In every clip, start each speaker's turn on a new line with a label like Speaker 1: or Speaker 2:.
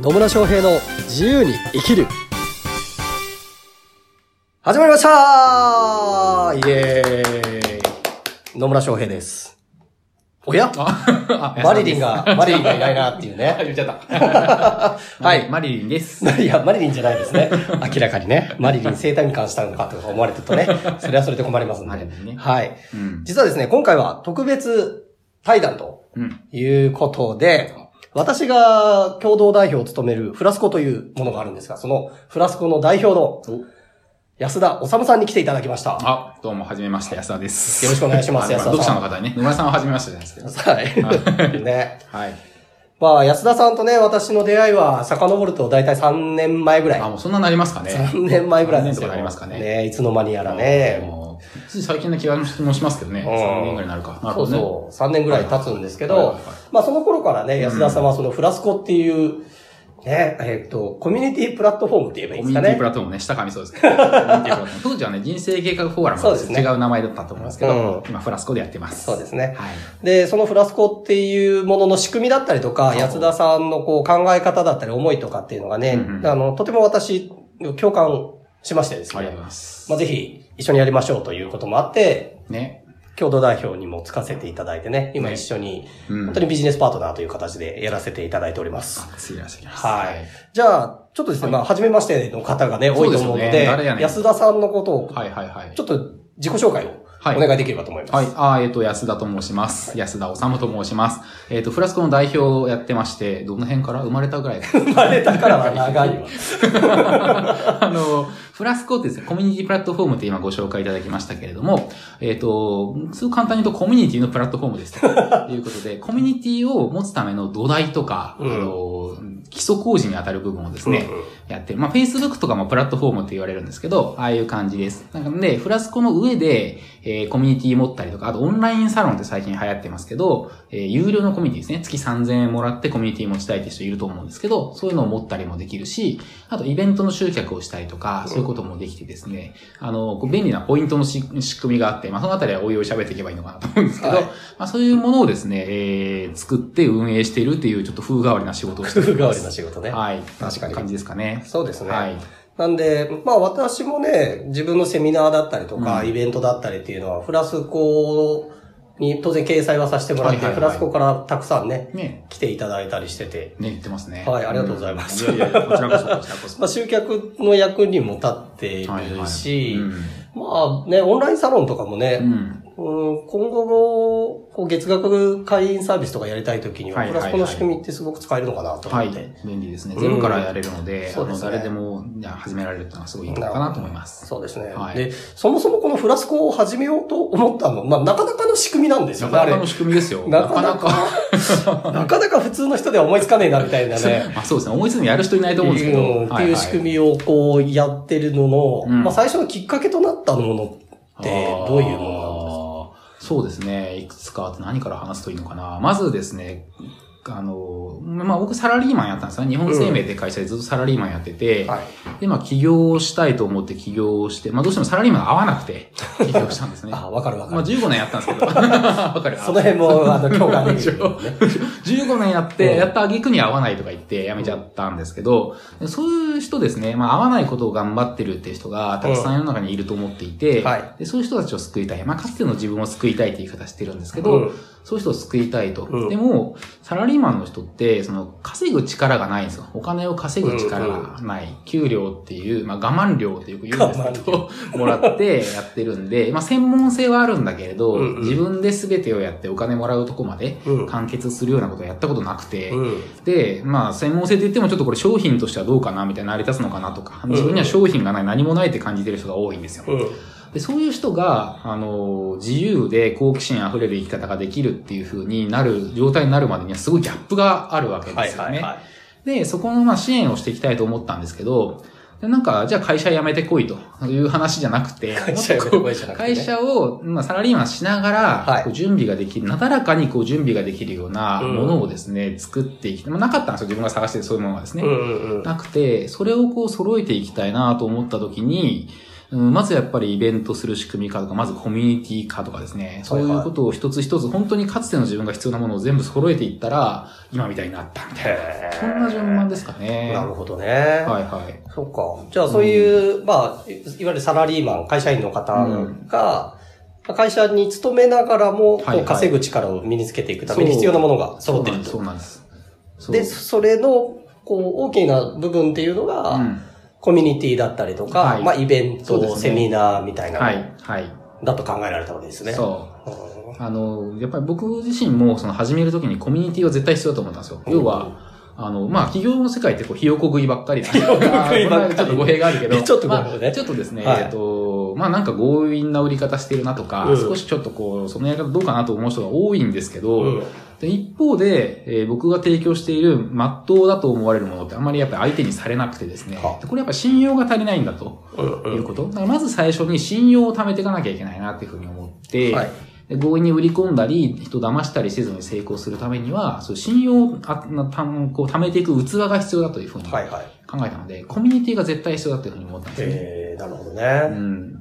Speaker 1: 野村翔平の自由に生きる始まりましたイエーイ野村翔平です。おや
Speaker 2: あ
Speaker 1: マリリンが、マリリンがいないなっていう
Speaker 2: あ
Speaker 1: ね。
Speaker 2: 言っちゃった。
Speaker 1: は
Speaker 2: あ
Speaker 1: い。
Speaker 2: マリリンです。
Speaker 1: いや、マリリンじゃないですね。明らかにね。マリリン生誕感したのかとか思われてるとね。それはそれで困りますん
Speaker 2: マリ
Speaker 1: で。
Speaker 2: リンね。
Speaker 1: はい。
Speaker 2: うん。
Speaker 1: 実はですね、今回は特別対談と
Speaker 2: うん。
Speaker 1: ということで、私が共同代表を務めるフラスコというものがあるんですが、そのフラスコの代表の安田治さんに来ていただきました。は
Speaker 2: あ、どうも、はじめまして、安田です。
Speaker 1: よろしくお願いします
Speaker 2: あ
Speaker 1: 安田さん
Speaker 2: 読者の方にね、野村さんははじめましてじゃないですけど。
Speaker 1: い。ね。
Speaker 2: はい。
Speaker 1: まあ、安田さんとね、私の出会いは遡ると大体3年前ぐら
Speaker 2: あ、
Speaker 1: い。
Speaker 2: もうそんなになりますかね。
Speaker 1: 3年前ぐらいなんです
Speaker 2: 三年と
Speaker 1: よ。
Speaker 2: かなりますかね
Speaker 1: いつの間にやらね。
Speaker 2: もうつい最近の気がもしますけどね。
Speaker 1: ん
Speaker 2: 3年ぐらいになるか。
Speaker 1: そ
Speaker 2: なるほ
Speaker 1: う
Speaker 2: どね。
Speaker 1: そう。3年ぐらい経つんですけ
Speaker 2: はいはい
Speaker 1: ど
Speaker 2: はい、
Speaker 1: まあその頃からね、安田さんはそのフラスコっていう、ね、えっと、コミュニティプラットフォームって言えばいい
Speaker 2: コ
Speaker 1: んですか
Speaker 2: ミュニティ
Speaker 1: ね
Speaker 2: プ。ラットフォームね、下紙そうですけど。コミュニティプラットフォーム当時はね、人生計画フォーラム
Speaker 1: そうですね
Speaker 2: 違う名前だったと思いますけど
Speaker 1: う、
Speaker 2: 今、フラスコでやってます。
Speaker 1: そうですね。
Speaker 2: はい。
Speaker 1: で、そのフラスコっていうものの仕組みだったりとか、
Speaker 2: い
Speaker 1: 安田さんのこう考え方だったり思いとかっていうのがね、
Speaker 2: うんうん
Speaker 1: あの、とても私、共感しましてです
Speaker 2: ありがとうござい
Speaker 1: ね。
Speaker 2: ます。
Speaker 1: まあ、ぜひ、一緒にやりましょうということもあって、
Speaker 2: ね。
Speaker 1: 共同代表にもつかせていただいてね、今
Speaker 2: ね
Speaker 1: 一緒に、
Speaker 2: うん
Speaker 1: 本当にビジネスパートナーという形でやらせていただいております。
Speaker 2: あ次いらっしゃいます。
Speaker 1: はい。じゃあ、ちょっとですね、まあ、初めましての方がね、多いと思うの
Speaker 2: そうです
Speaker 1: で、
Speaker 2: よね誰やねん
Speaker 1: 安田さんのことを、
Speaker 2: はいはいはい
Speaker 1: ち。ょっと自己紹介を
Speaker 2: はい
Speaker 1: お願いできればと思います。
Speaker 2: はい。あーえっ、と、安田と申します。安田治と申します。えっ、と、フラスコの代表をやってまして、どの辺から生まれたぐらい
Speaker 1: 生まれたからは長いわ。
Speaker 2: あの、フラスコってですね、コミュニティプラットフォームって今ご紹介いただきましたけれども、えっ、と、すごく簡単に言うとコミュニティのプラットフォームですということで、コミュニティを持つための土台とか、
Speaker 1: うん
Speaker 2: あの、基礎工事に当たる部分をですね、やってる。まあ、Facebook とかもプラットフォームって言われるんですけど、ああいう感じです。なんかで、フラスコの上で、えーコミュニティ持ったりとか、あとオンラインサロンって最近流行ってますけど、えー有料のコミュニティですね。月3000円もらってコミュニティ持ちたいって人いると思うんですけど、そういうのを持ったりもできるし、あとイベントの集客をしたりとか、そういうこともできてですね、あの、こう便利なポイントのし仕組みがあって、まあ、そのあたりはおいおい喋っていけばいいのかなと思うんですけど、
Speaker 1: はい
Speaker 2: まあ、そういうものをですね、えー作って運営しているっていう、ちょっと風変わりな仕事をして
Speaker 1: 夫婦
Speaker 2: おり
Speaker 1: 代
Speaker 2: ま
Speaker 1: わ
Speaker 2: す
Speaker 1: りの仕事ね。
Speaker 2: はい。
Speaker 1: 確かに
Speaker 2: 感じですかね。
Speaker 1: そうですね。
Speaker 2: はい。
Speaker 1: なんで、まあ私もね、自分のセミナーだったりとか、
Speaker 2: うん
Speaker 1: イベントだったりっていうのは、フラスコに当然掲載はさせてもらって、
Speaker 2: はいはいはい
Speaker 1: フラスコからたくさんね、
Speaker 2: ね。
Speaker 1: 来ていただいたりしてて、
Speaker 2: ね、言ってますね。
Speaker 1: はいありがとうございます
Speaker 2: うんいやいやいやこちらこそ、こちらこそ。
Speaker 1: まあ集客の役にも立ってい
Speaker 2: はいは
Speaker 1: る
Speaker 2: い
Speaker 1: し、
Speaker 2: うん
Speaker 1: まあね、オンラインサロンとかも
Speaker 2: う
Speaker 1: ね、
Speaker 2: ん。
Speaker 1: うん今後もこう月額会員サービスとかやりたいときには、
Speaker 2: はい
Speaker 1: フ
Speaker 2: は
Speaker 1: ラス
Speaker 2: いはい
Speaker 1: コの仕組みってすごく使えるのかなと思
Speaker 2: は
Speaker 1: っ
Speaker 2: い
Speaker 1: て。。
Speaker 2: 便利ですね。
Speaker 1: うん
Speaker 2: ゼロからやれるので、あ
Speaker 1: そうで
Speaker 2: の
Speaker 1: すね
Speaker 2: 誰でもいや始められるっていうのはすごいいいのかなと思います。
Speaker 1: そうですね、
Speaker 2: はい
Speaker 1: で、そもそもこのフラスコを始めようと思ったの、まあ、なかなかの仕組みなんですよ
Speaker 2: な
Speaker 1: ね、
Speaker 2: か
Speaker 1: あ
Speaker 2: な
Speaker 1: れ
Speaker 2: かの。仕組みですよ。
Speaker 1: なかなか
Speaker 2: か。
Speaker 1: なかなか普通の人では思いつかねえな、みたいなね。
Speaker 2: まあそうですね。思いついてもやる人いないと思うんですけ
Speaker 1: うん
Speaker 2: ど。
Speaker 1: っていう仕組みをこうやってるのの、
Speaker 2: うん
Speaker 1: まあ最初のきっかけとなったものってどういうものなんですか
Speaker 2: のなんですかそうですね。いくつかあって何から話すといいのかな。まずですね、あの、まあ僕サラリーマンやったんですね。日本生命って会社でずっとサラリーマンやってて、
Speaker 1: はい。
Speaker 2: で、まあ、起業したいと思って起業して、まあ、どうしてもサラリーマンが合わなく て、起業したんですね。
Speaker 1: あ、わかるわか
Speaker 2: まあ、
Speaker 1: る。
Speaker 2: 15年やったんですけ ど。わかる。
Speaker 1: その辺も、あの、共感できるよね。
Speaker 2: 15年やっ
Speaker 1: う
Speaker 2: て、
Speaker 1: ん
Speaker 2: やった挙句に合わないとか言ってやめちゃったんですけど、そういう人ですね、まあ合わないことを頑張ってるっていう人がたくさん世の中にいると思っていて、
Speaker 1: うんはい
Speaker 2: でそういう人たちを救いたい。まあかつての自分を救いたいって言い方してるんですけど、
Speaker 1: うん
Speaker 2: そういう人を救いたいと。
Speaker 1: うん
Speaker 2: でも、サラリーマンの人って、その稼ぐ力がないんですよ。お金を稼ぐ力がない。給料っていう、まあ我慢料ってよく言うんですけど、もら ってやってるんで、まあ専門性はあるんだけれど、
Speaker 1: うんうん
Speaker 2: 自分で全てをやってお金もらうとこまで、
Speaker 1: うん。
Speaker 2: 完結するようなことをやったことなくて、
Speaker 1: うん。
Speaker 2: で、まあ、専門性って言ってもちょっとこれ商品としてはどうかなみたいな成り立つのかなとか、
Speaker 1: うん
Speaker 2: 自分には商品がない、何もないって感じてる人が多いんですよ。
Speaker 1: うん。
Speaker 2: で、そういう人が、あの、自由で好奇心あふれる生き方ができるっていう風になる、状態になるまでにはすごいギャップがあるわけ
Speaker 1: は
Speaker 2: で
Speaker 1: い
Speaker 2: すよ
Speaker 1: はい
Speaker 2: ね。
Speaker 1: は
Speaker 2: で、そこのまあ支援をしていきたいと思ったんですけど、でなんか、じゃあ会社辞めてこいという話じゃなくて、
Speaker 1: い。会社やめてこいじゃなくてね
Speaker 2: 会社を、まあ、サラリーマンしなが
Speaker 1: は
Speaker 2: ら
Speaker 1: い、
Speaker 2: こう準備ができる、なだらかにこう準備ができるような
Speaker 1: うん
Speaker 2: ものをですね、作っていきたい。まあ、なかったんですよ、自分が探してるそういうものがですね。
Speaker 1: うんうんうん。
Speaker 2: なくて、それをこう揃えていきたいなと思った時に、うんまずやっぱりイベントする仕組み化とか、まずコミュニティ化とかですね、そういうことを一つ一つ、本当にかつての自分が必要なものを全部揃えていったら、今みたいになったみたい
Speaker 1: へ
Speaker 2: な。
Speaker 1: ー
Speaker 2: そんな順番ですかね。
Speaker 1: なるほどね。
Speaker 2: はいはい。
Speaker 1: そっか。じゃあそういう、まあ、いいわゆるサラリーマン、会社員の方が、
Speaker 2: うん
Speaker 1: まあ会社に勤めながらも、こう
Speaker 2: はいはい
Speaker 1: 稼ぐ力を身につけていくために必要なものが揃ってる
Speaker 2: そ
Speaker 1: と。
Speaker 2: うなんです。そうなん
Speaker 1: で、
Speaker 2: です。
Speaker 1: それの、こう、大きな部分っていうのが、
Speaker 2: そううん
Speaker 1: コミュニティだったりとか、
Speaker 2: はい
Speaker 1: まあ、イベン
Speaker 2: そうで
Speaker 1: ト、
Speaker 2: すね
Speaker 1: セミナーみたいなの
Speaker 2: はい、はい。
Speaker 1: だと考えられたわけですね。
Speaker 2: そう。
Speaker 1: うん
Speaker 2: あの、やっぱり僕自身も、その始めるときにコミュニティは絶対必要だと思ったんですよ。
Speaker 1: うん
Speaker 2: 要は、あの、まあ、企業の世界ってこう、ひよこ食いばっかりなんで。
Speaker 1: こ食いばっかり。
Speaker 2: ちょっと語弊があるけど
Speaker 1: ちょっとごめんなさいね
Speaker 2: まあちょっとですね、
Speaker 1: はい
Speaker 2: えっと、まあ、なんか強引な売り方してるなとか、
Speaker 1: うん
Speaker 2: 少しちょっとこう、そのやり方どうかなと思う人が多いんですけど、
Speaker 1: うん
Speaker 2: で一方で、えー僕が提供している真っ当だと思われるものってあんまりやっぱり相手にされなくてですね
Speaker 1: は、
Speaker 2: でこれやっぱ信用が足りないんだと
Speaker 1: うん
Speaker 2: いうこと。だからまず最初に信用を貯めていかなきゃいけないなっていうふうに思って、
Speaker 1: はい
Speaker 2: で強引に売り込んだり、人を騙したりせずに成功するためには、そういう信用をあなたこう貯めていく器が必要だというふうに考
Speaker 1: は
Speaker 2: え
Speaker 1: いはい。
Speaker 2: たので、コミュニティが絶対必要だというふうに思ったんですね。
Speaker 1: えー、なるほど
Speaker 2: う
Speaker 1: ね。
Speaker 2: ん、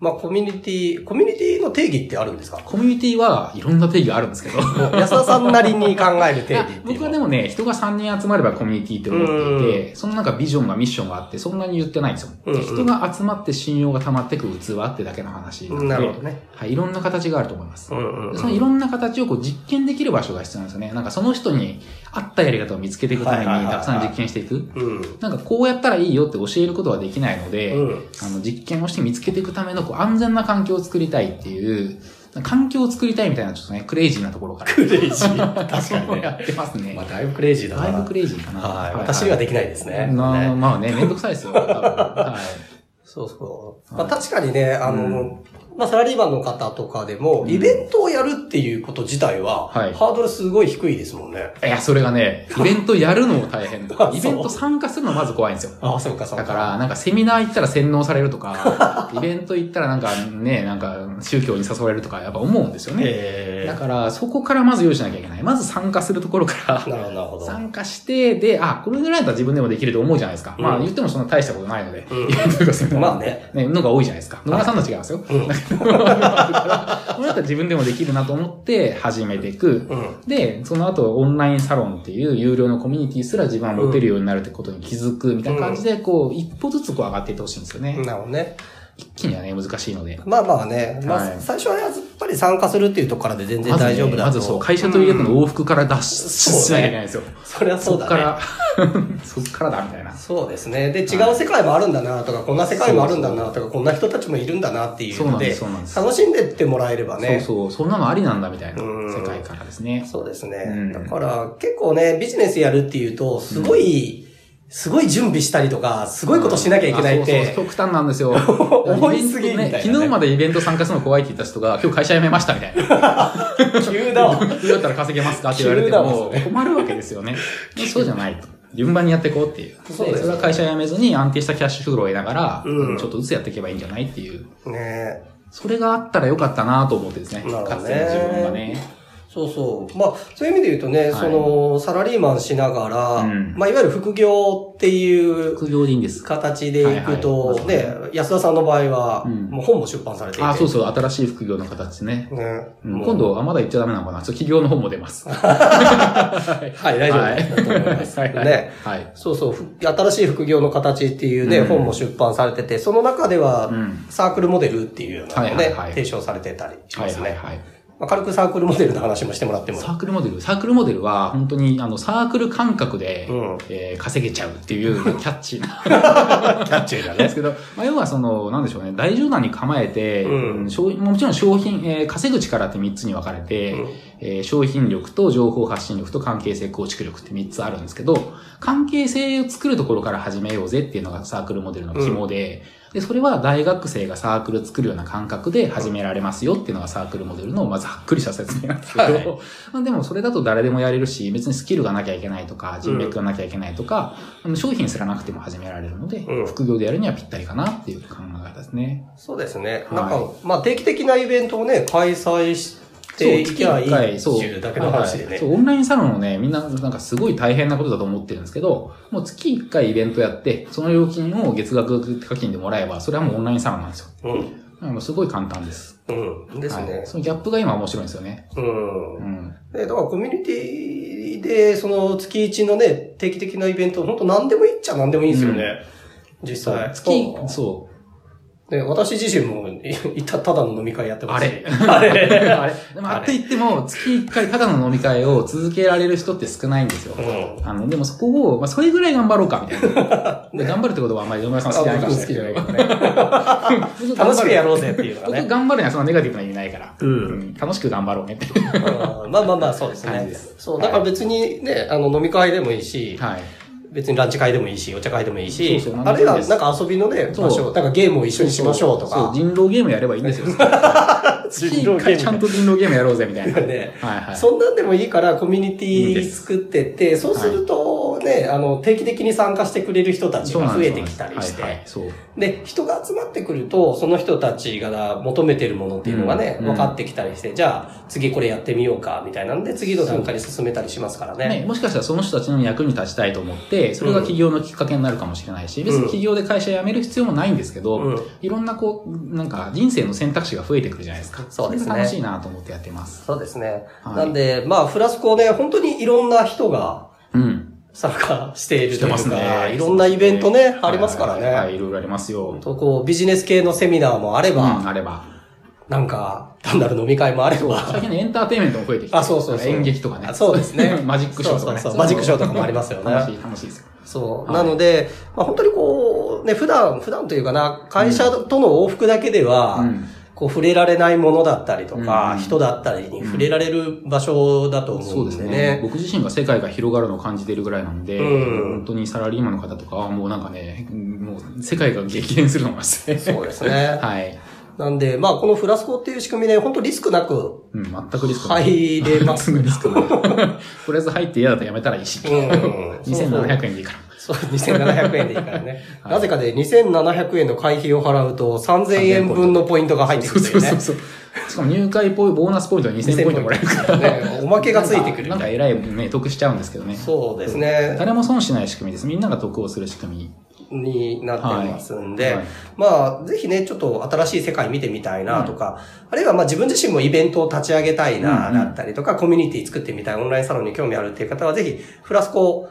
Speaker 1: まあ、コミュニティ、コミュニティの定義ってあるんですか
Speaker 2: コミュニティはいろんな定義があるんですけど、
Speaker 1: もう安田さんなりに考える定義っていうの
Speaker 2: 僕はでもね、人が3人集まればコミュニティって思っていて、そのなんかビジョンがミッションがあって、そんなに言ってないんですよ。
Speaker 1: うんうん
Speaker 2: 人が集まって信用が溜まってく器ってだけの話なので、
Speaker 1: なるほどね。
Speaker 2: はい、いろんな形があると思います。
Speaker 1: ん
Speaker 2: でそのいろんな形をこう実験できる場所が必要なんですよね。なんかその人に合ったやり方を見つけていくために
Speaker 1: はいはいはいはい
Speaker 2: たくさん実験していく。
Speaker 1: うん。
Speaker 2: なんかこうやったらいいよって教えることはできないので、
Speaker 1: うん
Speaker 2: あの実験をして見つけていくためのこう安全な環境を作りたいっていう、環境を作りたいみたいなちょっとね、クレイジーなところから。
Speaker 1: クレイジー。 確かに
Speaker 2: や
Speaker 1: ね。
Speaker 2: ってますね
Speaker 1: まあ、。だいぶクレイジーだな。
Speaker 2: だいぶクレイジーかな。
Speaker 1: はい。私にはできないですね。
Speaker 2: な
Speaker 1: ね
Speaker 2: まあね、めんどくさいですよ。多 分はい。
Speaker 1: そうそう。まあ、確かにね、あの、まあ、サラリーマンの方とかでも、イベントをやるっていうこと自体は、
Speaker 2: はい
Speaker 1: ハードルすごい低いですもんね。
Speaker 2: いや、それがね、イベントやるのも大変
Speaker 1: あ。そう
Speaker 2: イベント参加するのまず怖いんですよ。
Speaker 1: ああ、そうか、そう
Speaker 2: だから、なんかセミナー行ったら洗脳されると か、イベント行ったらなんかね、なんか宗教に誘われるとか、やっぱ思うんですよね。
Speaker 1: え
Speaker 2: だから、そこからまず用意しなきゃいけない。まず参加するところか
Speaker 1: な
Speaker 2: ら、
Speaker 1: るほど、なるほど。
Speaker 2: 参加して、で、あ、これぐらいだったら自分でもできると思うじゃないですか。
Speaker 1: うん
Speaker 2: まあ、言っても そんな大したことないので、
Speaker 1: うん
Speaker 2: イベントとかセミナー
Speaker 1: まあね。
Speaker 2: ね、のが多いじゃないですか。野村さんとは違いますよ。
Speaker 1: うん。
Speaker 2: これだったら自分でもできるなと思って始めていく。
Speaker 1: うん。
Speaker 2: で、その後、オンラインサロンっていう有料のコミュニティすら自分は持てるようになるってことに気づくみたいな感じで、こう、一歩ずつこう上がっていってほしいんですよね。
Speaker 1: なるほどね。
Speaker 2: 一気にはね、難しいので。
Speaker 1: まあまあね、まあ、
Speaker 2: はい
Speaker 1: 最初はやっぱり参加するっていうところからで全然
Speaker 2: まずね
Speaker 1: 大丈夫だと、
Speaker 2: まずそう、会社と家との往復から脱出しなきゃいけないんですよ。
Speaker 1: そりゃ
Speaker 2: そ
Speaker 1: そ
Speaker 2: こ
Speaker 1: うだね。
Speaker 2: から、 そっからだみたいな。
Speaker 1: そうですね。で、違う世界もあるんだなとか、こんな世界もあるんだなとか、こんな人たちもいるんだなっていうので、
Speaker 2: そうなんです
Speaker 1: 楽しんでってもらえればね。
Speaker 2: そうそう、そんなのありなんだみたいな
Speaker 1: うん
Speaker 2: 世界からですね。
Speaker 1: そうですね。
Speaker 2: うん
Speaker 1: だから、結構ね、ビジネスやるっていうと、すごい、すごい準備したりとか、すごいことしなきゃいけないっ
Speaker 2: あそう
Speaker 1: て
Speaker 2: そ、う極端なんで すよ。
Speaker 1: 思いすぎみたいなね
Speaker 2: イベント昨日までイベント参加するの怖いって言った人が、今日会社辞めましたみたいな。
Speaker 1: 急だわ。
Speaker 2: どうやったら稼げますかって言われて も
Speaker 1: 急だわそれ
Speaker 2: 困るわけで すよね。そうじゃないと。順番にやっていこうっていう。
Speaker 1: そうですね
Speaker 2: それは会社辞めずに安定したキャッシュフローを得ながら、
Speaker 1: うん
Speaker 2: ちょっとずつやっていけばいいんじゃないっていう。
Speaker 1: ね
Speaker 2: それがあったらよかったなと思ってですね。
Speaker 1: なるほどね
Speaker 2: かつての自分がね。
Speaker 1: そうそう。まあ、そういう意味で言うとね、
Speaker 2: い
Speaker 1: その、サラリーマンしながら、
Speaker 2: うん
Speaker 1: まあ、いわゆる副業っていう
Speaker 2: 副業でいいんです。
Speaker 1: 形でいくと、
Speaker 2: はいはい
Speaker 1: ね、安田さんの場合は、
Speaker 2: うん
Speaker 1: もう本も出版されていて。
Speaker 2: あ、そうそう、新しい副業の形ね。
Speaker 1: ね。
Speaker 2: うん
Speaker 1: もう
Speaker 2: 今度はまだ言っちゃダメなのかな。ちょっと企業の本も出 ます。
Speaker 1: はい、大丈夫だと思います。
Speaker 2: はいはい
Speaker 1: ね。
Speaker 2: はい。
Speaker 1: そうそう、ふ新しい副業の形っていうね、
Speaker 2: うん
Speaker 1: 本も出版されてて、その中では、
Speaker 2: うん
Speaker 1: サークルモデルっていうようなのをね、
Speaker 2: はいはいはい
Speaker 1: 提唱されてたりし
Speaker 2: は
Speaker 1: ま
Speaker 2: い
Speaker 1: すね、
Speaker 2: はいはい。
Speaker 1: まあ。軽くサークルモデルの話もしてもらっても。
Speaker 2: サークルモデルサークルモデルは、本当に、あの、サークル感覚で、
Speaker 1: うん
Speaker 2: えー稼げちゃうっていう、 キャッチーな。
Speaker 1: キャッチーだ
Speaker 2: で。すけど、まあ、要はその、なんでしょうね、大柔軟に構えて、
Speaker 1: うん
Speaker 2: うん商もちろん商品、えー稼ぐ力って3つに分かれて、
Speaker 1: うん
Speaker 2: えー商品力と情報発信力と関係性構築力って3つあるんですけど、関係性を作るところから始めようぜっていうのがサークルモデルの肝で、で、それは大学生がサークル作るような感覚で始められますよっていうのがサークルモデルの、まあ、ざっくりした説明なんですけど、
Speaker 1: はい
Speaker 2: まあでもそれだと誰でもやれるし、別にスキルがなきゃいけないとか、人脈がなきゃいけないとか、あの商品すらなくても始められるので、
Speaker 1: うん
Speaker 2: 副業でやるにはぴったりかなっていう考え方ですね。
Speaker 1: そうですね。
Speaker 2: い
Speaker 1: なんか、まあ定期的なイベントをね、開催しっていきゃい
Speaker 2: そう
Speaker 1: いっ
Speaker 2: そう
Speaker 1: ていうだけの話で
Speaker 2: はい
Speaker 1: ね
Speaker 2: そ。う、オンラインサロンをね、みんななんかすごい大変なことだと思ってるんですけど、もう月1回イベントやって、その料金を月額課金でもらえば、それはもうオンラインサロンなんですよ。
Speaker 1: うん。
Speaker 2: だからもうすごい簡単です。
Speaker 1: うん。です
Speaker 2: は
Speaker 1: ね
Speaker 2: い。そのギャップが今面白いんですよね。
Speaker 1: うん
Speaker 2: う。ん。
Speaker 1: で、だからコミュニティで、その月一のね、定期的なイベント、本当何でもいいっちゃ何でもいいんですよね。実際。
Speaker 2: 月、そう。
Speaker 1: で、私自身も、いいた、ただの飲み会やってますし。
Speaker 2: あれあれでも、
Speaker 1: あれ
Speaker 2: あって言っても、月1回ただの飲み会を続けられる人って少ないんですよ。
Speaker 1: うん。
Speaker 2: あの、でもそこを、まあ、それぐらい頑張ろうか、みたい な。で頑張るってことはあんまり野村さん好きじゃないかもしれないけどね。
Speaker 1: 楽しくやろうぜっていうのが
Speaker 2: 僕
Speaker 1: ね。
Speaker 2: 頑張るにはそのネガティブな意味ないから。
Speaker 1: うん
Speaker 2: 楽しく頑張ろうねって。
Speaker 1: うんまあまあまあ、そうです
Speaker 2: 感
Speaker 1: ね
Speaker 2: じです。
Speaker 1: そう、だから別にね、あの、飲み会でもいいし、
Speaker 2: はい。
Speaker 1: 別にランチ会でもいいし、お茶会でもいいし、
Speaker 2: そうそう
Speaker 1: あるいは
Speaker 2: 何でもいいです
Speaker 1: なんか遊びのね、
Speaker 2: そう
Speaker 1: 場所、なんかゲームを一緒にしましょうと
Speaker 2: そう、
Speaker 1: か。
Speaker 2: 人狼ゲームやればい いんですよ。月1回ちゃんと人狼ゲームやろうぜ、みたいな。は い
Speaker 1: ね
Speaker 2: はい。
Speaker 1: そんなんでもいいからコミュニテ
Speaker 2: いいで
Speaker 1: ィ
Speaker 2: す
Speaker 1: 作ってって、そうするとね、あの、定期的に参加してくれる人たち
Speaker 2: そう
Speaker 1: が
Speaker 2: なん
Speaker 1: 増
Speaker 2: で
Speaker 1: え
Speaker 2: す
Speaker 1: てきたりして、
Speaker 2: はいはい、そう。
Speaker 1: で、人が集まってくると、その人たちが求めてるものっていうのがね、
Speaker 2: うん
Speaker 1: 分かってきたりして、じゃあ次これやってみようか、みたいなんで次の段階に進めたりしますからね。
Speaker 2: ね、もしかしたらその人たちの役に立ちたいと思って、それが起業のきっかけになるかもしれないし、別に起業で会社辞める必要もないんですけど、
Speaker 1: うん
Speaker 2: いろんなこう、なんか人生の選択肢が増えてくるじゃないですか。
Speaker 1: そうですね
Speaker 2: れが楽しいなと思ってやってます。
Speaker 1: そうですね。
Speaker 2: はい
Speaker 1: なんで、まあ、フラスコね、本当にいろんな人が
Speaker 2: うん。
Speaker 1: 参加している
Speaker 2: し
Speaker 1: と
Speaker 2: て
Speaker 1: いう
Speaker 2: ます
Speaker 1: か、
Speaker 2: ね。
Speaker 1: いろんなイベント
Speaker 2: そう
Speaker 1: ね
Speaker 2: で、
Speaker 1: ありますから
Speaker 2: はい、は
Speaker 1: ね。
Speaker 2: いいろいろありますよ。
Speaker 1: とこう、ビジネス系のセミナーもあれ
Speaker 2: う
Speaker 1: ば、
Speaker 2: ん、あれば。
Speaker 1: なんか、単なる飲み会もあれば、
Speaker 2: 最近のエンターテインメントも増えてきて。
Speaker 1: あそうそうそう
Speaker 2: 演劇とかね
Speaker 1: あ。そうですね
Speaker 2: マジックショーとかね。
Speaker 1: そうそうそうマジックショーとかもありますよね
Speaker 2: 楽しい、楽しいですよ。
Speaker 1: そう。
Speaker 2: はい
Speaker 1: なので、まあ、本当にこう、ね、普段、普段というかな、会社との往復だけでは、
Speaker 2: うん
Speaker 1: こう、触れられないものだったりとか、
Speaker 2: うん
Speaker 1: 人だったりに触れられる場所だと
Speaker 2: そ
Speaker 1: 思
Speaker 2: う
Speaker 1: うん
Speaker 2: です
Speaker 1: で
Speaker 2: ね。
Speaker 1: ね。
Speaker 2: 僕自身が世界が広がるのを感じているぐらいなんで、
Speaker 1: うん
Speaker 2: 本当にサラリーマンの方とかはもうなんかね、もう世界が激変するのがして。
Speaker 1: そうですね。
Speaker 2: はい。
Speaker 1: なんで、まあ、このフラスコっていう仕組みで、本当リスクなく
Speaker 2: うん、全くリスクない。
Speaker 1: 入れます。
Speaker 2: 全くリスクない。 とりあえず入って嫌だったらやめたらいいし。
Speaker 1: うん
Speaker 2: 2700円でいいから。
Speaker 1: そう、2700円でいいからね。なぜかで2700円の会費を払うと3000円分のポイントが入ってく
Speaker 2: そ
Speaker 1: る
Speaker 2: う
Speaker 1: んだ
Speaker 2: そ
Speaker 1: よ
Speaker 2: う
Speaker 1: ね
Speaker 2: そう。そう。しかも入会ポイボーナスポイントが2000ポイントもらえるから。
Speaker 1: ねおまけがついてくるみたい
Speaker 2: な
Speaker 1: なん
Speaker 2: か偉いね、得しちゃうんですけどね。
Speaker 1: そうですね。
Speaker 2: 誰も損しない仕組みです。みんなが得をする仕組み。
Speaker 1: になってますんで、
Speaker 2: はいはい
Speaker 1: まあ、ぜひね、ちょっと新しい世界見てみたいなとか、あるいはまあ自分自身もイベントを立ち上げたいな、
Speaker 2: うんうん
Speaker 1: だったりとか、コミュニティ作ってみたい、オンラインサロンに興味あるっていう方は、ぜひ、フラスコ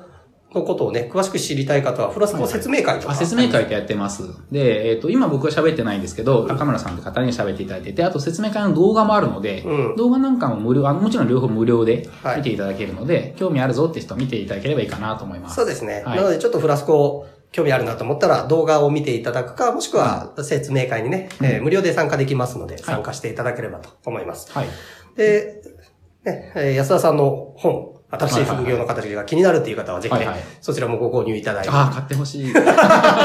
Speaker 1: のことをね、詳しく知りたい方は、フラスコ説明会とか。
Speaker 2: あ説明会ってやってます。で、えっ、と、今僕は喋ってないんですけど、高村さんって方に喋っていただいてて、あと説明会の動画もあるので、
Speaker 1: うん
Speaker 2: 動画なんかも無料、あのもちろん両方無料で
Speaker 1: はい
Speaker 2: 見ていただけるので、興味あるぞって人見ていただければいいかなと思います。
Speaker 1: そうですね。
Speaker 2: はい
Speaker 1: なので、ちょっとフラスコ興味あるなと思ったら、動画を見ていただくか、もしくは説明会にね、えー無料で参加できますので、参加していただければと思います。
Speaker 2: はい。
Speaker 1: で、ね、えー安田さんの本、新しい副業の形が気になるっていう方は、ぜひね、
Speaker 2: はいはい
Speaker 1: そちらもご購入いただいて。
Speaker 2: ああ、買ってほしい。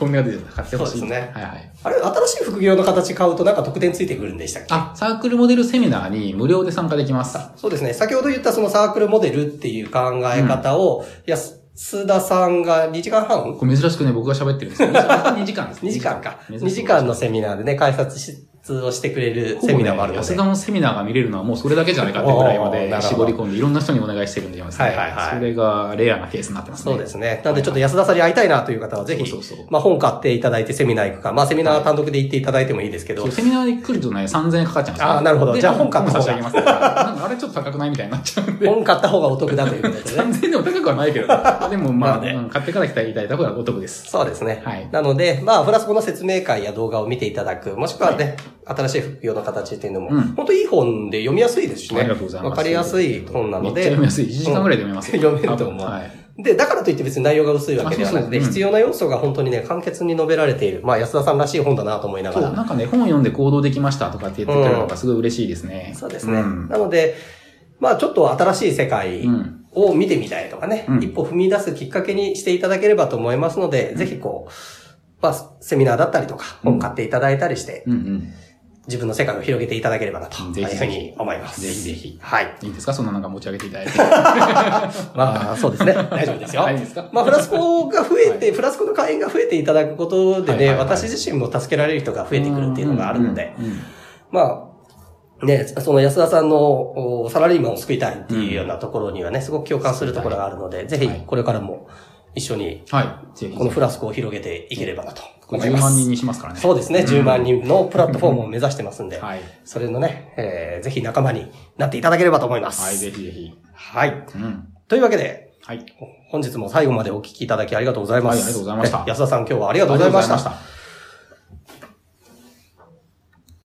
Speaker 2: 本音が出てた。買ってほしい。
Speaker 1: そうですね
Speaker 2: はいはい。
Speaker 1: あれ、新しい副業の形買うとなんか特典ついてくるんでしたっけ
Speaker 2: あ、サークルモデルセミナーに無料で参加できます。
Speaker 1: そうですね。先ほど言ったそのサークルモデルっていう考え方を、安田さんが2時間半
Speaker 2: これ珍しくね、僕が喋ってるんで すよ。2時間です、
Speaker 1: ?2 時間か。
Speaker 2: 珍しい
Speaker 1: 2時間のセミナーでね、解説をしてくれるセミナーもあるの
Speaker 2: ほぼね安
Speaker 1: で
Speaker 2: 田。のセミナーが見れるのはもうそれだけじゃないかってぐらいま
Speaker 1: おーな
Speaker 2: で
Speaker 1: るほ
Speaker 2: 絞
Speaker 1: ど
Speaker 2: り込んでいろんな人にお願いしてるんで今ですね。
Speaker 1: はいはいはい
Speaker 2: それがレアなケースになってますね。
Speaker 1: そうですね。なんでちょっと安田さんに会いたいなという方はぜひ
Speaker 2: そうそうそう、
Speaker 1: まあ本買っていただいてセミナー行くか、まあセミナー単独で行っていただいてもいいですけど
Speaker 2: そう。セミナーに来るとね、3000円かかっちゃうんですよ
Speaker 1: あーなるほど
Speaker 2: で
Speaker 1: じゃあ本買った
Speaker 2: 本
Speaker 1: 方
Speaker 2: 差
Speaker 1: が
Speaker 2: し上げますから。なんかあれちょっと高くないみたいにな っちゃうんで。
Speaker 1: 本買った方がお得だということでね。
Speaker 2: 3000円でも高くはないけどね。でもまあ、
Speaker 1: まあね
Speaker 2: うん買ってから来たいただいた方がお得で す。
Speaker 1: そうですね。
Speaker 2: はい
Speaker 1: なので、まあ、フラスコの説明会や動画を見ていただく、もしくはね、新しい副業の形っていうのも、
Speaker 2: うん
Speaker 1: 本当いい本で読みやすいですしね。
Speaker 2: ありがとうございます
Speaker 1: わかりやすい本な
Speaker 2: め
Speaker 1: の
Speaker 2: っちゃ
Speaker 1: で。
Speaker 2: 読みやすい。1時間ぐらいで読めます。
Speaker 1: 読めると思う、
Speaker 2: はい。
Speaker 1: で、だからといって別に内容が薄いわけではな
Speaker 2: あそう
Speaker 1: く
Speaker 2: そ
Speaker 1: て、
Speaker 2: ううん
Speaker 1: 必要な要素が本当にね、簡潔に述べられている。まあ、安田さんらしい本だなと思いな
Speaker 2: そ
Speaker 1: が
Speaker 2: う、
Speaker 1: ら。
Speaker 2: なんかね、本読んで行動できましたとかって言ってくれるのがすごい嬉しいですね。
Speaker 1: そうですね。
Speaker 2: ん
Speaker 1: なので、まあちょっと新しい世界
Speaker 2: うん
Speaker 1: を見てみたいとかね、
Speaker 2: うん
Speaker 1: 一歩踏み出すきっかけにしていただければと思いますので、ぜひこう、まあ、セミナーだったりとか、本買っていただいたりして、
Speaker 2: うんうん。
Speaker 1: 自分の世界を広げていただければなと、
Speaker 2: ぜ
Speaker 1: い
Speaker 2: ひ
Speaker 1: うふうに思います。
Speaker 2: ぜひぜひ
Speaker 1: はい。
Speaker 2: いいんですかそのなんか持ち上げていただいて。
Speaker 1: まあ、そうですね。 大丈夫ですよ。
Speaker 2: 大丈夫ですか
Speaker 1: まあ、フラスコが増えて、フラスコの会員が増えていただくことで
Speaker 2: はい
Speaker 1: ね、
Speaker 2: はいはい
Speaker 1: 私自身も助けられる人が増えてくるっていうのがあるので、
Speaker 2: うんうんうん
Speaker 1: まあ、ね、その安田さんのおサラリーマンを救いたいっていうようなところにはね、すごく共感するところがあるので、ぜひ
Speaker 2: はい
Speaker 1: これからも一緒に
Speaker 2: はい。ぜひ。
Speaker 1: このフラスコを広げていければなと思い
Speaker 2: 10
Speaker 1: ます。
Speaker 2: 万人にしますからね。
Speaker 1: そうですね、10万人のプラットフォームを目指してますんで、
Speaker 2: はい。
Speaker 1: それのね、えーぜひ仲間になっていただければと思います。
Speaker 2: はい、ぜひぜひ。
Speaker 1: はい。
Speaker 2: うん。
Speaker 1: というわけで、
Speaker 2: はい。
Speaker 1: 本日も最後までお聞きいただきありがとうございます。
Speaker 2: はいありがとうございました
Speaker 1: ね安田さん今日はありがとうございました。
Speaker 2: ありがとうございま